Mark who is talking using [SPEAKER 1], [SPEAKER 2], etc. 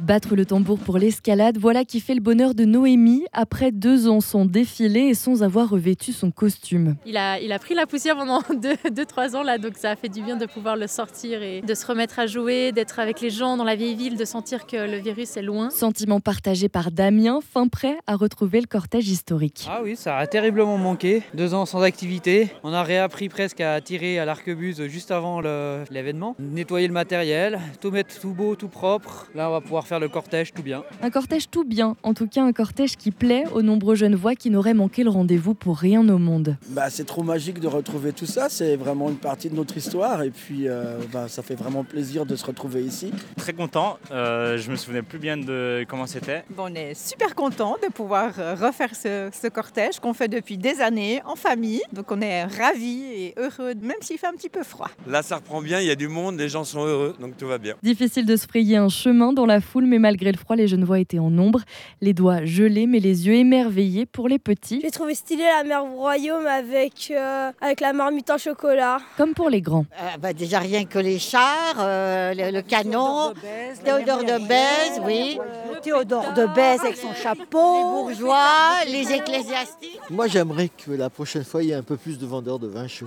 [SPEAKER 1] Battre le tambour pour l'escalade, voilà qui fait le bonheur de Noémie après deux ans sans défilé et sans avoir revêtu son costume.
[SPEAKER 2] Il a, il a pris la poussière pendant 2-3 ans là, donc ça a fait du bien de pouvoir le sortir et de se remettre à jouer, d'être avec les gens dans la vieille ville, de sentir que le virus est loin.
[SPEAKER 1] Sentiment partagé par Damien, fin prêt à retrouver le cortège historique.
[SPEAKER 3] Ah oui, ça a terriblement manqué. Deux ans sans activité. On a réappris presque à tirer à l'arquebuse juste avant le- l'événement. Nettoyer le matériel, tout mettre tout beau, tout propre. Là, on va pouvoir faire le cortège tout bien.
[SPEAKER 1] Un cortège tout bien, en tout cas un cortège qui plaît aux nombreux jeunes voix qui n'auraient manqué le rendez-vous pour rien au monde.
[SPEAKER 4] Bah, c'est trop magique de retrouver tout ça, c'est vraiment une partie de notre histoire et puis euh, bah, ça fait vraiment plaisir de se retrouver ici.
[SPEAKER 5] Très content, euh, je me souvenais plus bien de comment c'était.
[SPEAKER 6] Bon, On est super content de pouvoir euh, refaire ce, ce cortège qu'on fait depuis des années en famille. Donc on est ravis et heureux, même s'il fait un petit peu froid.
[SPEAKER 7] Là, ça reprend bien, il y a du monde, les gens sont heureux, donc tout va bien.
[SPEAKER 1] Difficile de se frayer un chemin dans la foule, mais malgré le froid, les jeunes voix étaient en nombre, les doigts gelés mais les yeux émerveillés pour les petits
[SPEAKER 8] J'ai trouvé stylé la mer royaume avec, euh, avec la marmite en chocolat.
[SPEAKER 1] comme pour les grands.
[SPEAKER 9] Ah bah déjà rien que les chars, euh, le,
[SPEAKER 6] Ah,
[SPEAKER 9] le canon, Théodore de Bèze, oui. Théodore de Bèze avec son chapeau. Les bourgeois, les ecclésiastiques.
[SPEAKER 10] Moi, j'aimerais que la prochaine fois, il y ait un peu plus de vendeurs de vin chaud.